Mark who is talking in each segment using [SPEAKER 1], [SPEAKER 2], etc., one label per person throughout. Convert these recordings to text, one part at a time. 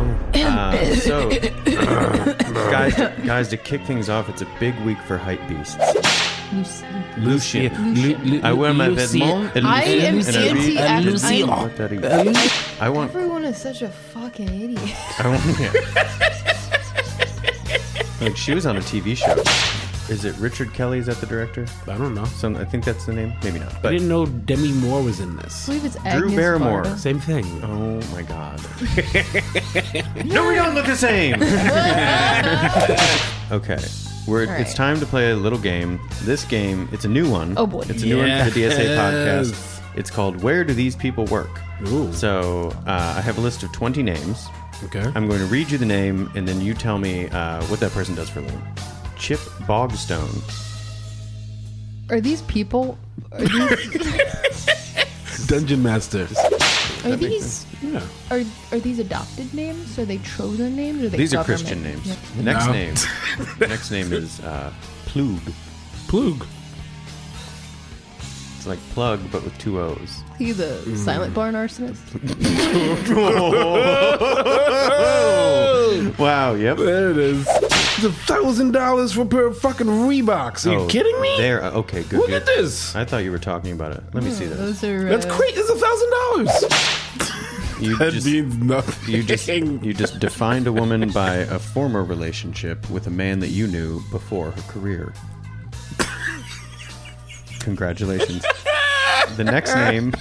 [SPEAKER 1] Uh, so, guys, guys, to kick things off, it's a big week for hype beasts.
[SPEAKER 2] You see.
[SPEAKER 1] Lucian.
[SPEAKER 2] Lucian.
[SPEAKER 3] Lu- Lu-
[SPEAKER 1] I wear my
[SPEAKER 3] Lucian.
[SPEAKER 1] vêtements. and
[SPEAKER 2] I
[SPEAKER 1] Lucian,
[SPEAKER 2] am
[SPEAKER 1] and I read-
[SPEAKER 2] anti-
[SPEAKER 1] and
[SPEAKER 2] I'm-
[SPEAKER 1] Lucian.
[SPEAKER 2] I'm-
[SPEAKER 1] What that is. I want.
[SPEAKER 4] Everyone is such a fucking idiot.
[SPEAKER 1] I want. Yeah. like she was on a TV show. Is it Richard Kelly? Is that the director?
[SPEAKER 3] I don't know.
[SPEAKER 1] Some, I think that's the name. Maybe not.
[SPEAKER 3] I
[SPEAKER 1] But
[SPEAKER 3] didn't know Demi Moore was in this.
[SPEAKER 4] I believe it's Agnes
[SPEAKER 1] Drew Barrymore.
[SPEAKER 4] Varda.
[SPEAKER 3] Same thing.
[SPEAKER 1] oh my god. no, we don't look the same. okay. We're,
[SPEAKER 4] All
[SPEAKER 1] It's
[SPEAKER 4] right.
[SPEAKER 1] time to play a little game. This game, it's a new one.
[SPEAKER 4] Oh, boy.
[SPEAKER 1] It's a new one for the DSA
[SPEAKER 3] Yes.
[SPEAKER 1] podcast. It's called Where Do These People Work?
[SPEAKER 3] Ooh.
[SPEAKER 1] So uh, I have a list of 20 names.
[SPEAKER 3] Okay.
[SPEAKER 1] I'm going to read you the name, and then you tell me uh, what that person does for a living. Chip Bogstone.
[SPEAKER 4] Are these people? Are these?
[SPEAKER 3] Dungeon Masters.
[SPEAKER 4] Are these?
[SPEAKER 3] Yeah.
[SPEAKER 4] Are, are these adopted names? Are they chosen names? Or are they
[SPEAKER 1] These are
[SPEAKER 4] government?
[SPEAKER 1] Christian names.
[SPEAKER 4] Yep.
[SPEAKER 1] The next
[SPEAKER 3] No.
[SPEAKER 1] name. the next name is uh, Plug.
[SPEAKER 3] Plug.
[SPEAKER 1] It's like plug, but with two O's.
[SPEAKER 4] He's a
[SPEAKER 1] Mm.
[SPEAKER 4] silent barn arsonist.
[SPEAKER 1] Wow. Yep.
[SPEAKER 3] Oh! There it is. It's a thousand dollars for a pair of fucking Reeboks. Are you
[SPEAKER 1] Oh,
[SPEAKER 3] kidding me?
[SPEAKER 1] There. uh, Okay. Good.
[SPEAKER 3] Look
[SPEAKER 1] good.
[SPEAKER 3] at this.
[SPEAKER 1] I thought you were talking about it. Let me see this.
[SPEAKER 4] Those are.
[SPEAKER 3] That's
[SPEAKER 4] uh,
[SPEAKER 3] great. It's a thousand dollars.
[SPEAKER 1] You
[SPEAKER 3] That
[SPEAKER 1] just,
[SPEAKER 3] means nothing.
[SPEAKER 1] you just you just defined a woman by a former relationship with a man that you knew before her career. Congratulations. The next name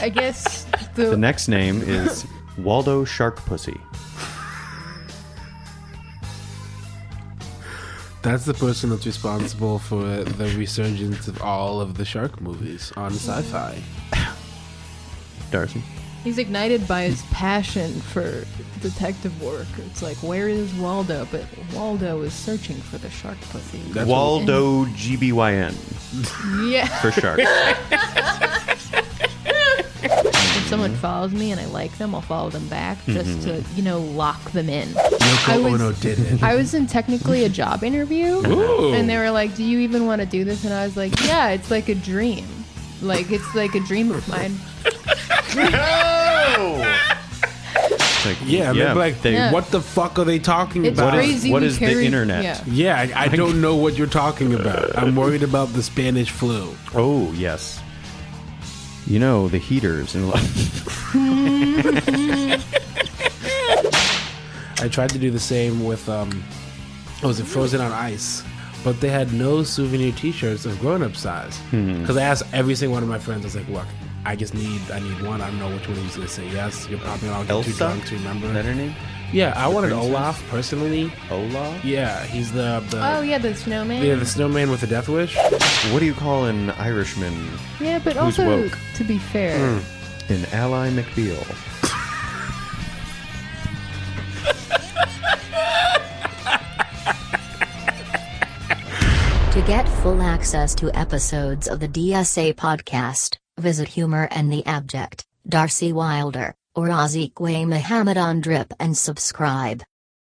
[SPEAKER 4] I guess
[SPEAKER 1] the
[SPEAKER 4] the.
[SPEAKER 1] next name is Waldo Shark Pussy.
[SPEAKER 3] That's the person that's responsible for the resurgence of all of the shark movies on sci-fi.
[SPEAKER 1] Darcy.
[SPEAKER 4] He's ignited by his passion for detective work. It's like, where is Waldo? But Waldo is searching for the shark pussy.
[SPEAKER 3] That's
[SPEAKER 1] Waldo GBYN
[SPEAKER 4] yeah.
[SPEAKER 1] for shark. Mm-hmm.
[SPEAKER 4] If someone follows me and I like them, I'll follow them back just to, you know, lock them in. I
[SPEAKER 3] Yoko
[SPEAKER 4] was-
[SPEAKER 3] Ono did it.
[SPEAKER 4] I was in technically a job interview,
[SPEAKER 3] Ooh.
[SPEAKER 4] and they were like, "Do you even want to do this?" And I was like, "Yeah, it's like a dream. Like it's like a dream of mine."
[SPEAKER 1] It's like,
[SPEAKER 3] yeah, yeah, like
[SPEAKER 1] they,
[SPEAKER 4] Yeah.
[SPEAKER 3] what the fuck are they talking
[SPEAKER 4] It's
[SPEAKER 3] about?
[SPEAKER 4] crazy.
[SPEAKER 1] what
[SPEAKER 4] we
[SPEAKER 1] is the
[SPEAKER 4] carry-
[SPEAKER 1] internet?
[SPEAKER 4] Yeah.
[SPEAKER 3] Yeah, I, I don't know what you're talking
[SPEAKER 1] Uh,
[SPEAKER 3] about. I'm worried about the Spanish flu.
[SPEAKER 1] Oh yes. You know the heaters and
[SPEAKER 3] I tried to do the same with um, what was it Frozen on Ice? But they had no souvenir T-shirts of grown-up size.
[SPEAKER 1] Hmm.
[SPEAKER 3] Because I asked every single one of my friends, I was like, "Look, I just need, I need one. I don't know which one of you's gonna say yes. You're probably all get too drunk to remember."
[SPEAKER 1] Is that her name?
[SPEAKER 3] yeah, I wanted
[SPEAKER 1] princess?
[SPEAKER 3] Olaf personally.
[SPEAKER 1] Olaf.
[SPEAKER 3] Yeah, he's the, the
[SPEAKER 4] Oh yeah, the snowman.
[SPEAKER 3] yeah the snowman with the death wish.
[SPEAKER 1] What do you call an Irishman?
[SPEAKER 4] Yeah, but
[SPEAKER 1] Who's
[SPEAKER 4] also
[SPEAKER 1] woke?
[SPEAKER 4] to be fair,
[SPEAKER 1] An ally McBeal.
[SPEAKER 5] To get full access to episodes of the DSA podcast, visit Humor and the Abject, Darcy Wilder, or Ozzie Quay Muhammad on Drip and subscribe.